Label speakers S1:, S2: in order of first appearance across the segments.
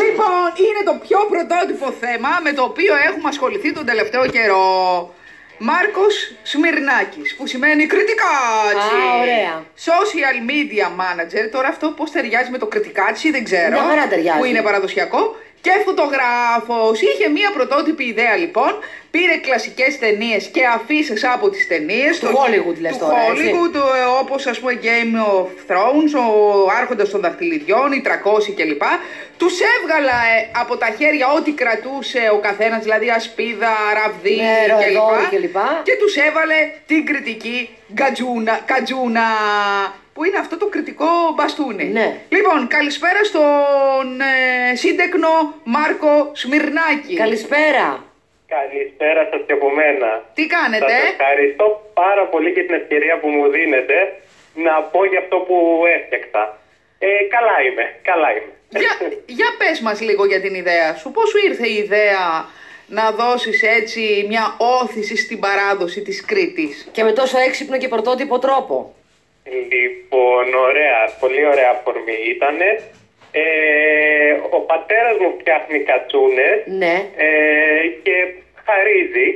S1: Λοιπόν, είναι το πιο πρωτότυπο θέμα με το οποίο έχουμε ασχοληθεί τον τελευταίο καιρό. Μάρκος Σμυρνάκης, που σημαίνει κριτικάτσι.
S2: Α, ωραία.
S1: Social media manager. Τώρα αυτό πώς ταιριάζει με το κριτικάτσι δεν ξέρω.
S2: Μια χαρά ταιριάζει.
S1: Που είναι παραδοσιακό. Και φωτογράφος. Είχε μία πρωτότυπη ιδέα λοιπόν. Πήρε κλασικές ταινίες και αφήσει από τις ταινίες.
S2: Του Hollywood λες
S1: του
S2: τώρα, έτσι.
S1: Hollywood, ε, όπως ας πούμε Game of Thrones, ο Άρχοντας των Δαχτυλιδιών, οι 300 κλπ. Τους έβγαλα ε, από τα χέρια ό,τι κρατούσε ο καθένας, δηλαδή ασπίδα, ραβδί
S2: Νερό, δόρυ
S1: κλπ.
S2: κλπ.
S1: Και τους έβαλε την κριτική γκατζούνα, κατζούνα, που είναι αυτό το κριτικό μπαστούνι.
S2: Ναι.
S1: Λοιπόν, καλησπέρα στον ε, σύντεκνο Μάρκο Σμυρνάκη.
S2: Καλησπέρα.
S3: Καλησπέρα σας και από μένα.
S1: Τι
S3: Σας
S1: κάνετε, ε?
S3: ευχαριστώ πάρα πολύ για την ευκαιρία που μου δίνετε να πω για αυτό που έφτιαξα. Ε, καλά είμαι, καλά είμαι.
S1: Για, για πες μας λίγο για την ιδέα σου. Πώς σου ήρθε η ιδέα να δώσεις έτσι μια όθηση στην παράδοση της Κρήτης.
S2: Και με τόσο έξυπνο και πρωτότυπο τρόπο.
S3: Λοιπόν, ωραία, πολύ ωραία αφορμή ήτανε. Ε, ο πατέρας μου φτιάχνει κατσούνες
S2: Ναι.
S3: ε, και χαρίζει.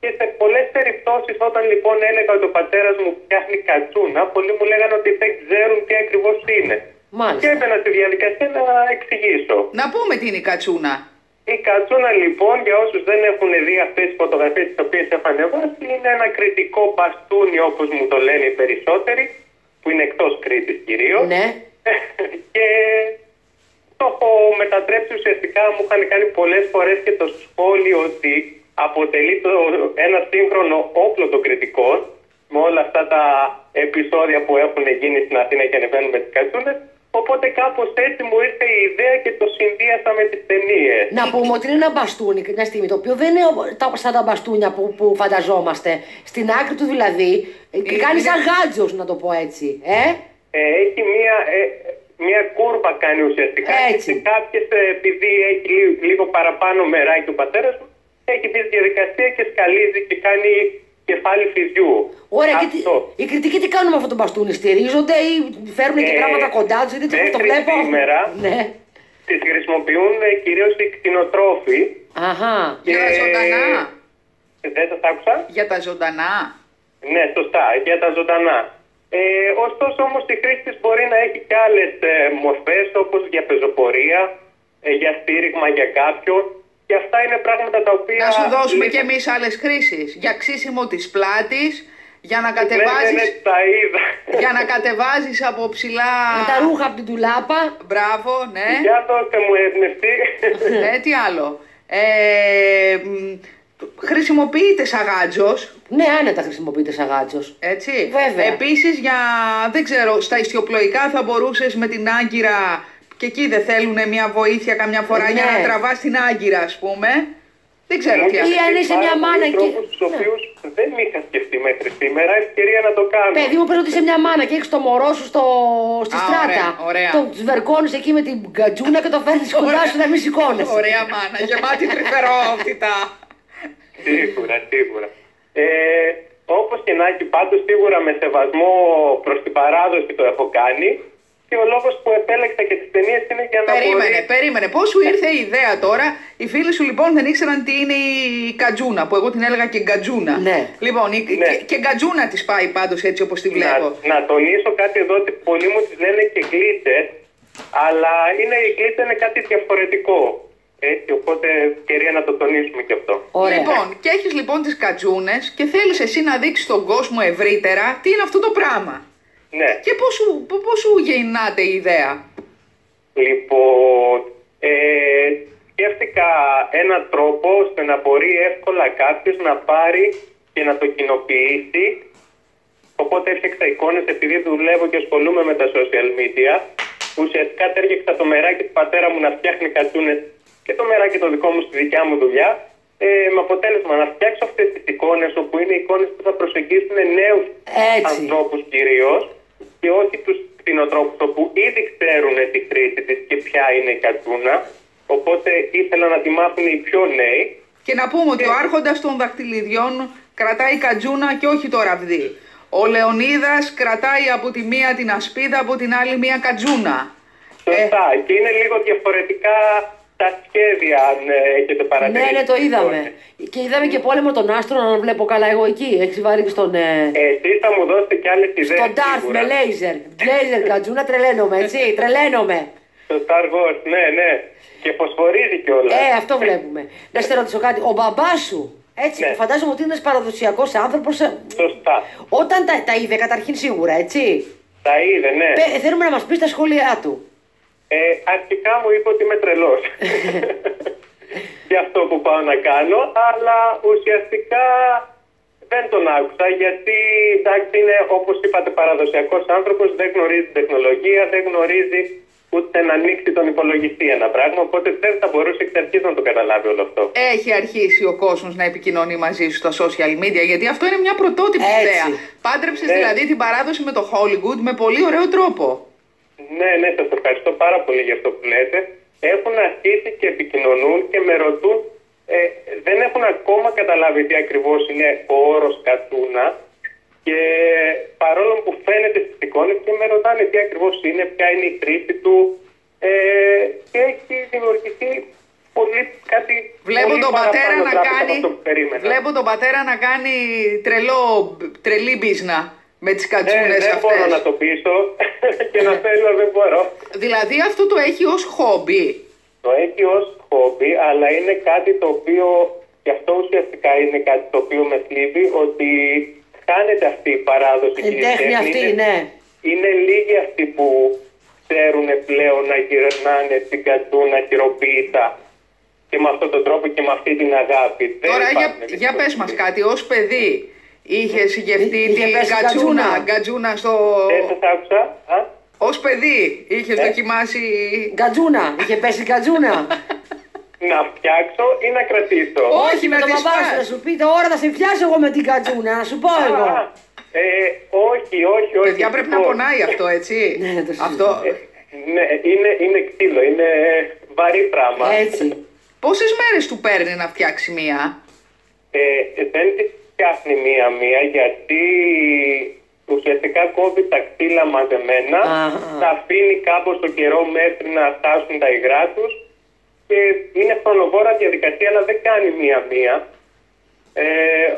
S3: Και σε πολλές περιπτώσεις όταν λοιπόν έλεγα ότι ο πατέρας μου φτιάχνει κατσούνα, πολλοί μου λέγανε ότι δεν ξέρουν τι ακριβώς είναι. Και
S2: Μάλιστα.
S3: έμπαινα στη διαδικασία να εξηγήσω.
S1: Να πούμε τι είναι η κατσούνα.
S3: Η κατσούνα λοιπόν, για όσους δεν έχουν δει αυτές τις φωτογραφίες τις οποίες έχω ανεβάσει, είναι ένα κριτικό μπαστούνι όπως μου το λένε οι περισσότεροι, που είναι εκτός Κρήτης κυρίως.
S2: Ναι.
S3: και το έχω μετατρέψει ουσιαστικά, μου είχαν κάνει πολλές φορές και το σχόλιο ότι αποτελεί το, ένα σύγχρονο όπλο των κριτικών με όλα αυτά τα επεισόδια που έχουν γίνει στην Αθήνα και ανεβαίνουν με τις κατσούνες. Οπότε κάπως έτσι μου ήρθε η ιδέα και το συνδύασα με τις ταινίες.
S2: Να πούμε ότι είναι ένα μπαστούνι μια στιγμή, το οποίο δεν είναι ο- τα- σαν τα μπαστούνια που, που φανταζόμαστε. Στην άκρη του δηλαδή, ε,
S1: Είναι-
S2: κάνει σαν
S1: είναι-
S2: γάτζος, να το πω έτσι. Ε?
S3: Ε, έχει μία, ε, μία κούρπα κάνει ουσιαστικά.
S2: Έτσι.
S3: Και σε κάποιες, ε, επειδή έχει λί- λίγο, παραπάνω μεράκι ο πατέρας μου, έχει μπει στη διαδικασία και σκαλίζει και κάνει κεφάλι φυζιού.
S2: Ωραία, και τι,
S3: Αυτό.
S2: οι κριτικοί τι κάνουν με αυτό το μπαστούνι, στηρίζονται ή φέρνουν και
S3: Ε,
S2: πράγματα κοντά τους, γιατί το
S3: μέχρι
S2: βλέπω.
S3: σήμερα-
S2: Ναι.
S3: Τις χρησιμοποιούν ε, κυρίως οι κτηνοτρόφοι.
S2: Αχα.
S1: Για τα
S3: Και-
S1: ζωντανά.
S3: Δεν σας άκουσα.
S1: Για τα ζωντανά.
S3: Ναι, σωστά, για τα ζωντανά. Ε, ωστόσο όμως η χρήση της μπορεί να έχει και άλλες ε, μορφές όπως για πεζοπορία, ε, για στήριγμα για κάποιον και αυτά είναι πράγματα τα οποία... Ναι,
S1: Να σου δώσουμε
S3: λίγο-
S1: κι εμείς άλλες χρήσεις. Για ξύσιμο της πλάτης, για να
S3: Ναι, ναι, ναι,
S1: κατεβάζεις,
S3: τα είδα.
S1: για να κατεβάζεις από ψηλά...
S2: Με τα ρούχα από την τουλάπα.
S1: Μπράβο, ναι.
S3: Για δώστε μου έμπνευση.
S1: ναι, τι άλλο. Ε, μ, χρησιμοποιείται σαν γάτζος,
S2: Ναι, άνετα χρησιμοποιείται σαν γάτζος.
S1: έτσι.
S2: Βέβαια.
S1: Επίσης για, δεν ξέρω, στα ιστιοπλοϊκά θα μπορούσες με την Άγκυρα και εκεί δεν θέλουν μια βοήθεια καμιά φορά
S2: Ε,
S1: για να
S2: ναι. Ε,
S1: τραβάς την Άγκυρα, ας πούμε. Δεν ξέρω
S3: Μου
S1: τι
S3: είχε
S1: άλλο.
S2: Ή αν
S3: σκεφτεί
S2: είσαι
S3: πάρα
S2: μια
S3: πολλούς
S2: μάνα και-
S3: τρόπους τους
S2: Ναι.
S3: οποίους δεν είχα σκεφτεί μέχρι σήμερα, ευκαιρία να το κάνω.
S2: Παιδί μου, παίρνω ότι είσαι μια μάνα και έχεις το μωρό σου στο... στη
S1: Α,
S2: στράτα.
S1: ωραία, ωραία.
S2: Το σβερκώνεις εκεί με την γκατζούνα και το φέρνεις κοντά σου να μην σηκώνεσαι.
S1: Ωραία μάνα, γεμάτη τρυφερότητα.
S3: Σίγουρα, σίγουρα. Ε, όπως και να έχει, πάντως σίγουρα με σεβασμό προς την παράδοση το έχω κάνει και ο λόγος που επέλεξα και τις ταινίες είναι για να
S1: Περίμενε,
S3: μπορεί...
S1: περίμενε. Πώς σου ήρθε η ιδέα τώρα. Οι φίλοι σου λοιπόν δεν ήξεραν τι είναι η κατζούνα, που εγώ την έλεγα και γκατζούνα.
S2: Ναι.
S1: Λοιπόν, η-
S3: Ναι.
S1: και, και γκατζούνα της πάει πάντως έτσι όπως τη
S3: Να,
S1: βλέπω.
S3: να τονίσω κάτι εδώ ότι πολλοί μου τις λένε και γκλίτε, αλλά είναι, η γκλίτε είναι κάτι διαφορετικό. Έτσι, οπότε ευκαιρία να το τονίσουμε και αυτό.
S2: Ωραία.
S1: Λοιπόν, και έχεις λοιπόν τις κατζούνες και θέλεις εσύ να δείξεις τον κόσμο ευρύτερα τι είναι αυτό το πράγμα.
S3: Ναι.
S1: Και πώς σου, πο- πώς σου γεννάται η ιδέα.
S3: Λοιπόν, ε, σκέφτηκα έναν τρόπο ώστε να μπορεί εύκολα κάποιος να πάρει και να το κοινοποιήσει. Οπότε έφτιαξα εικόνες επειδή δουλεύω και ασχολούμαι με τα social media. Ουσιαστικά τέργεξα το μεράκι του πατέρα μου να φτιάχνει κατσούνες και το μεράκι το δικό μου στη δικιά μου δουλειά. Ε, με αποτέλεσμα να φτιάξω αυτές τις εικόνες όπου είναι εικόνες που θα προσεγγίσουν νέους
S2: Έτσι.
S3: ανθρώπους κυρίως και όχι τους κτηνοτρόπους όπου ήδη ξέρουν τη χρήση της και ποια είναι η κατσούνα. Οπότε ήθελα να τη μάθουν οι πιο νέοι.
S1: Και να πούμε ότι ο άρχοντας των δαχτυλιδιών κρατάει κατζούνα και όχι το ραβδί. Ο Λεωνίδας κρατάει από τη μία την ασπίδα, από την άλλη μία κατζούνα.
S2: Ε.
S3: Σωστά. Και είναι λίγο διαφορετικά τα σχέδια, αν ε,
S2: Ναι,
S3: έχετε παρατηρήσει.
S2: ναι, το είδαμε.
S1: Λοιπόν, ε.
S2: Και είδαμε και πόλεμο των άστρων, αν βλέπω καλά εγώ εκεί. Έχεις βαρύνει στον. ε,
S3: Εσεί θα μου δώσετε κι άλλες ιδέες.
S2: στον Τάρθ με λέιζερ. Λέιζερ, κατζούνα, τρελαίνομαι, έτσι. Τρελαίνομαι.
S3: Το Star Wars, ναι, ναι. Και φωσφορίζει
S1: Ναι.
S3: κιόλας.
S2: Ε, αυτό βλέπουμε. Να σε ρωτήσω κάτι. Ο μπαμπάς σου, έτσι,
S3: Ναι.
S2: που φαντάζομαι ότι είναι ένας παραδοσιακός άνθρωπος.
S3: Σωστά.
S2: ε, Όταν τα, τα είδε, καταρχήν σίγουρα, έτσι.
S3: Τα είδε, ναι.
S2: Πε- θέλουμε να μας πεις τα σχόλιά του.
S3: Ε, αρχικά μου είπε ότι είμαι τρελός. για αυτό που πάω να κάνω, αλλά ουσιαστικά δεν τον άκουσα γιατί εντάξει είναι όπως είπατε παραδοσιακός άνθρωπος, δεν γνωρίζει τεχνολογία, δεν γνωρίζει ούτε να ανοίξει τον υπολογιστή ένα πράγμα, οπότε δεν θα μπορούσε εξ αρχής να το καταλάβει όλο αυτό.
S1: Έχει αρχίσει ο κόσμος να επικοινωνεί μαζί σου στα social media, γιατί αυτό είναι μια πρωτότυπη
S2: Έτσι. Ε.
S1: ιδέα. Πάντρεψες
S3: Ναι.
S1: δηλαδή την παράδοση με το Hollywood με πολύ ωραίο τρόπο.
S3: Ναι, ναι, σας ευχαριστώ πάρα πολύ για αυτό που λέτε. Έχουν αρχίσει και επικοινωνούν και με ρωτούν. Ε, δεν έχουν ακόμα καταλάβει τι ακριβώς είναι ο όρος κατούνα και παρόλο που φαίνεται στις εικόνες και με ρωτάνε τι ακριβώς είναι, ποια είναι η χρήση του ε, και έχει δημιουργηθεί πολύ κάτι
S1: Βλέπω
S3: πολύ
S1: τον,
S3: παραπάνω
S1: πατέρα να
S3: πράγματα από
S1: κάνει,
S3: αυτό που περίμενα.
S1: βλέπω τον πατέρα να κάνει τρελό, τρελή μπίζνα με τις
S3: Ε,
S1: κατσούνες
S3: δεν
S1: αυτές.
S3: μπορώ να το πείσω και να θέλω δεν μπορώ.
S1: Δηλαδή αυτό το έχει ως χόμπι.
S3: Το έχει ως χόμπι, αλλά είναι κάτι το οποίο, και αυτό ουσιαστικά είναι κάτι το οποίο με θλίβει, ότι χάνεται αυτή η παράδοση.
S2: Την
S3: και η
S2: τέχνη
S3: είναι-
S2: αυτή, ναι.
S3: Είναι λίγοι αυτοί που ξέρουν πλέον να γυρνάνε την κατσούνα χειροποίητα και με αυτόν τον τρόπο και με αυτή την αγάπη. Δεν Ε,
S1: Τώρα για,
S3: υπάρχουν
S1: για πες
S3: δυσκολίες.
S1: μας κάτι, ως παιδί είχε
S2: Είχε
S1: συγγευτεί την
S2: πέσει η
S1: κατσούνα,
S2: κατσούνα.
S1: κατσούνα στο...
S3: Δεν σας άκουσα. Α?
S1: Ως παιδί είχες
S3: Ε.
S1: δοκιμάσει...
S2: Γκατζούνα, είχε πέσει η γκατζούνα.
S3: Να φτιάξω ή να κρατήσω.
S1: Όχι,
S2: με
S1: να
S2: τον
S1: της
S2: μπαμπά
S1: πας.
S2: σου, να σου πει τώρα θα σε πιάσω εγώ με την γκατζούνα, να σου πω
S3: Α,
S2: εγώ.
S3: ε, όχι, όχι, όχι.
S1: Παιδιά πρέπει να
S3: Λοιπόν,
S1: πονάει αυτό, έτσι.
S2: Ναι, το συζητώ.
S1: αυτό...
S3: Ε, Ναι, είναι, είναι ξύλο, είναι βαρύ πράγμα.
S2: Έτσι.
S1: Πόσες μέρες του παίρνει να φτιάξει μία.
S3: Ε, δεν τη φτιάχνει μία-μία γιατί ουσιαστικά κόβει τα ξύλα μαζεμένα,
S2: Αχα.
S3: τα αφήνει κάπως το καιρό μέχρι να φτάσουν τα υγρά τους και είναι χρονοβόρα διαδικασία, αλλά δεν κάνει μία-μία. Ε,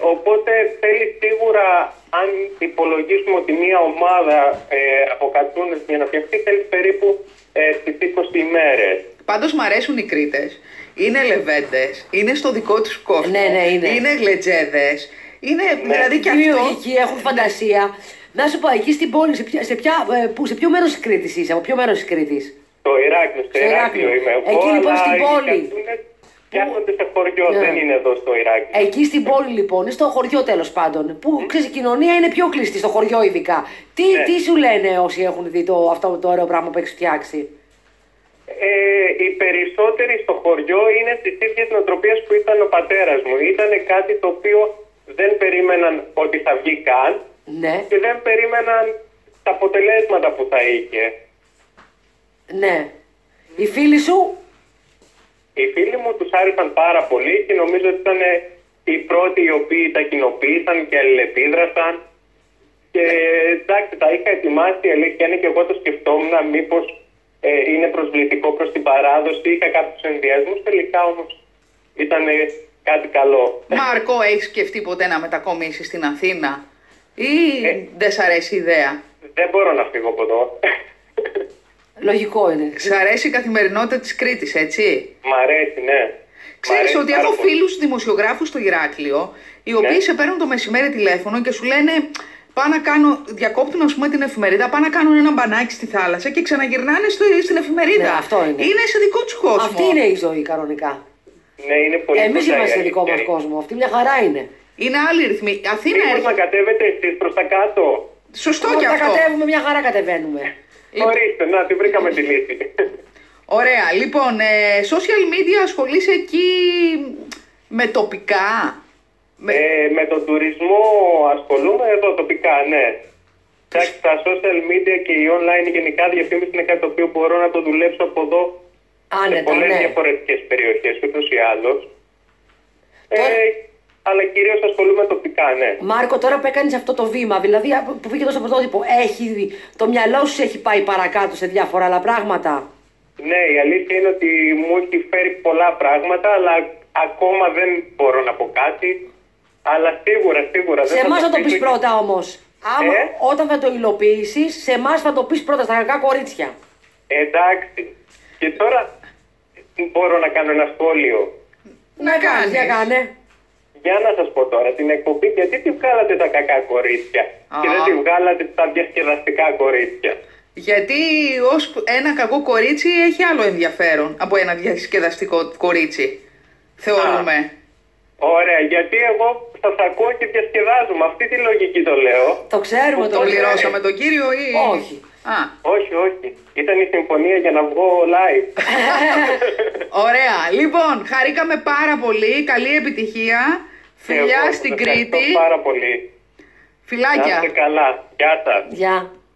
S3: οπότε θέλει σίγουρα, αν υπολογίσουμε ότι μία ομάδα ε, από κατσούνες για να φτιαχτεί, θέλει περίπου ε, τις 20 ημέρες.
S1: Πάντως μ' αρέσουν οι Κρήτες. Είναι λεβέντες, είναι στο δικό τους κόσμο.
S2: Ναι, ναι, είναι.
S1: Είναι γλετζέδες. Είναι,
S3: Ναι.
S1: δηλαδή και αυτό.
S2: Δημιουργικοί, έχουν φαντασία. Να σου πω, εκεί στην πόλη, σε, ποια, σε, ποια, ε, που, σε ποιο μέρος της Κρήτης είσαι, από ποιο μέρος της Κρήτης.
S3: Το Ηράκλειο, στο
S2: Στο
S3: Ηράκλειο
S2: Ηράκλειο.
S3: είμαι εγώ.
S2: Εκεί, λοιπόν,
S3: αλλά
S2: στην
S3: οι
S2: πόλη.
S3: Ηρακλείδες Φτιάχνονται σε χωριό,
S2: Ναι. Ε,
S3: δεν είναι εδώ στο Ηράκλειο.
S2: Εκεί στην πόλη λοιπόν, στο χωριό τέλος πάντων, που ξέρεις, η κοινωνία είναι πιο κλειστή, στο χωριό ειδικά. Τι,
S3: Ναι.
S2: τι σου λένε όσοι έχουν δει το, αυτό το ωραίο πράγμα που έχεις φτιάξει.
S3: Ε, οι περισσότεροι στο χωριό είναι της ίδιας νοοτροπίας που ήταν ο πατέρας μου. Ήταν κάτι το οποίο δεν περίμεναν ότι θα βγει καν
S2: Ναι,
S3: και δεν περίμεναν τα αποτελέσματα που θα είχε.
S2: ναι. Οι φίλοι σου,
S3: Οι φίλοι μου τους άρεσαν πάρα πολύ και νομίζω ότι ήταν ε, οι πρώτοι οι οποίοι τα κοινοποίησαν και αλληλεπίδρασαν. Και ε, εντάξει, τα είχα ετοιμάσει η αλήθεια είναι και εγώ το σκεφτόμουν μήπως ε, είναι προσβλητικό προς την παράδοση. Είχα κάποιους ενδιασμούς, τελικά όμως ήταν ε, κάτι καλό.
S1: Μάρκο, έχεις σκεφτεί ποτέ να μετακομίσεις στην Αθήνα. Ή
S2: Ε.
S1: δεν σ' αρέσει η ιδέα.
S3: Δεν μπορώ να φύγω από εδώ.
S2: λογικό είναι.
S1: Σ' αρέσει η καθημερινότητα της Κρήτης, έτσι.
S3: Μ' αρέσει, ναι. Μ'
S1: Ξέρεις
S3: αρέσει
S1: ότι
S3: πάρα
S1: έχω
S3: πολύ.
S1: φίλους δημοσιογράφους στο Ηράκλειο, οι οποίοι
S2: Ναι.
S1: σε παίρνουν το μεσημέρι τηλέφωνο και σου λένε πάω να κάνω, διακόπτουν ας πούμε την εφημερίδα, πάω να κάνουν ένα μπανάκι στη θάλασσα και ξαναγυρνάνε στο, στην εφημερίδα.
S2: Ναι, αυτό είναι.
S1: Είναι σε δικό τους κόσμο.
S2: Αυτή είναι η ζωή κανονικά.
S3: Ναι, είναι πολύ
S2: Εμείς
S3: κοντά η
S2: είμαστε δικό μας
S3: αλήθεια.
S2: κόσμο. Αυτή μια χαρά είναι.
S1: Είναι άλλοι ρυθμοί. Αθήνα
S3: Μήπως να
S1: έρχεται.
S3: κατέβετε εσείς προς τα κάτω.
S1: Σωστό και
S2: Όταν
S1: αυτό.
S2: κατέβουμε, μια χαρά κατεβαίνουμε.
S1: Λοιπόν.
S3: Ορίστε, να τη βρήκαμε τη λύση.
S1: Ωραία. Λοιπόν, ε, social media ασχολείσαι εκεί με τοπικά. Με...
S2: Ναι.
S3: Ε, με τον τουρισμό ασχολούμαι εδώ τοπικά, ναι. Εντάξει, τα social media και η online γενικά διαφήμιση είναι κάτι το οποίο μπορώ να το δουλέψω από εδώ σε
S2: Άνετα,
S3: πολλές
S2: ναι.
S3: διαφορετικές περιοχές, ούτως ή άλλως. Ε,
S2: Τώρα-
S3: αλλά κυρίως ασχολούμαι τοπικά, ναι.
S2: Μάρκο, τώρα που έκανες αυτό το βήμα, δηλαδή από- που βγήκε εδώ στο πρωτότυπο, έχει, το μυαλό σου έχει πάει παρακάτω σε διάφορα άλλα πράγματα.
S3: Ναι, η αλήθεια είναι ότι μου έχει φέρει πολλά πράγματα, αλλά ακόμα δεν μπορώ να πω κάτι. Αλλά σίγουρα, σίγουρα.
S2: Σε
S3: δεν
S2: εμά θα το πεις
S3: πείτε.
S2: πρώτα όμως. Άμα,
S3: Ε?
S2: Όταν θα το υλοποιήσεις, σε εμάς θα το πεις πρώτα στα κακά κορίτσια.
S3: Εντάξει. Και τώρα μπορώ να κάνω ένα σχόλιο.
S1: Να κάνεις.
S2: Για κάνε.
S3: Για να σας πω τώρα την εκπομπή, γιατί τη βγάλατε τα κακά κορίτσια
S1: Α.
S3: και δεν τη βγάλατε τα διασκεδαστικά κορίτσια.
S1: Γιατί ως ένα κακό κορίτσι έχει άλλο ενδιαφέρον από ένα διασκεδαστικό κορίτσι. Θεωρούμε.
S3: Ωραία, γιατί εγώ σας ακούω και διασκεδάζομαι. Αυτή τη λογική το λέω.
S2: Το ξέρουμε
S3: Που
S2: το.
S1: Τον
S3: Ωραία.
S1: πληρώσαμε τον κύριο ή.
S2: Όχι.
S1: Α,
S3: Όχι, όχι. Ήταν η συμφωνία για να βγω live.
S1: ωραία. Λοιπόν, χαρήκαμε πάρα πολύ. Καλή επιτυχία.
S3: Και εγώ
S1: Φιλιά
S3: σας
S1: στην
S3: ευχαριστώ
S1: Κρήτη.
S3: πάρα πολύ. Να
S1: Φιλάκια.
S3: είστε καλά. Γεια σας.
S2: Γεια.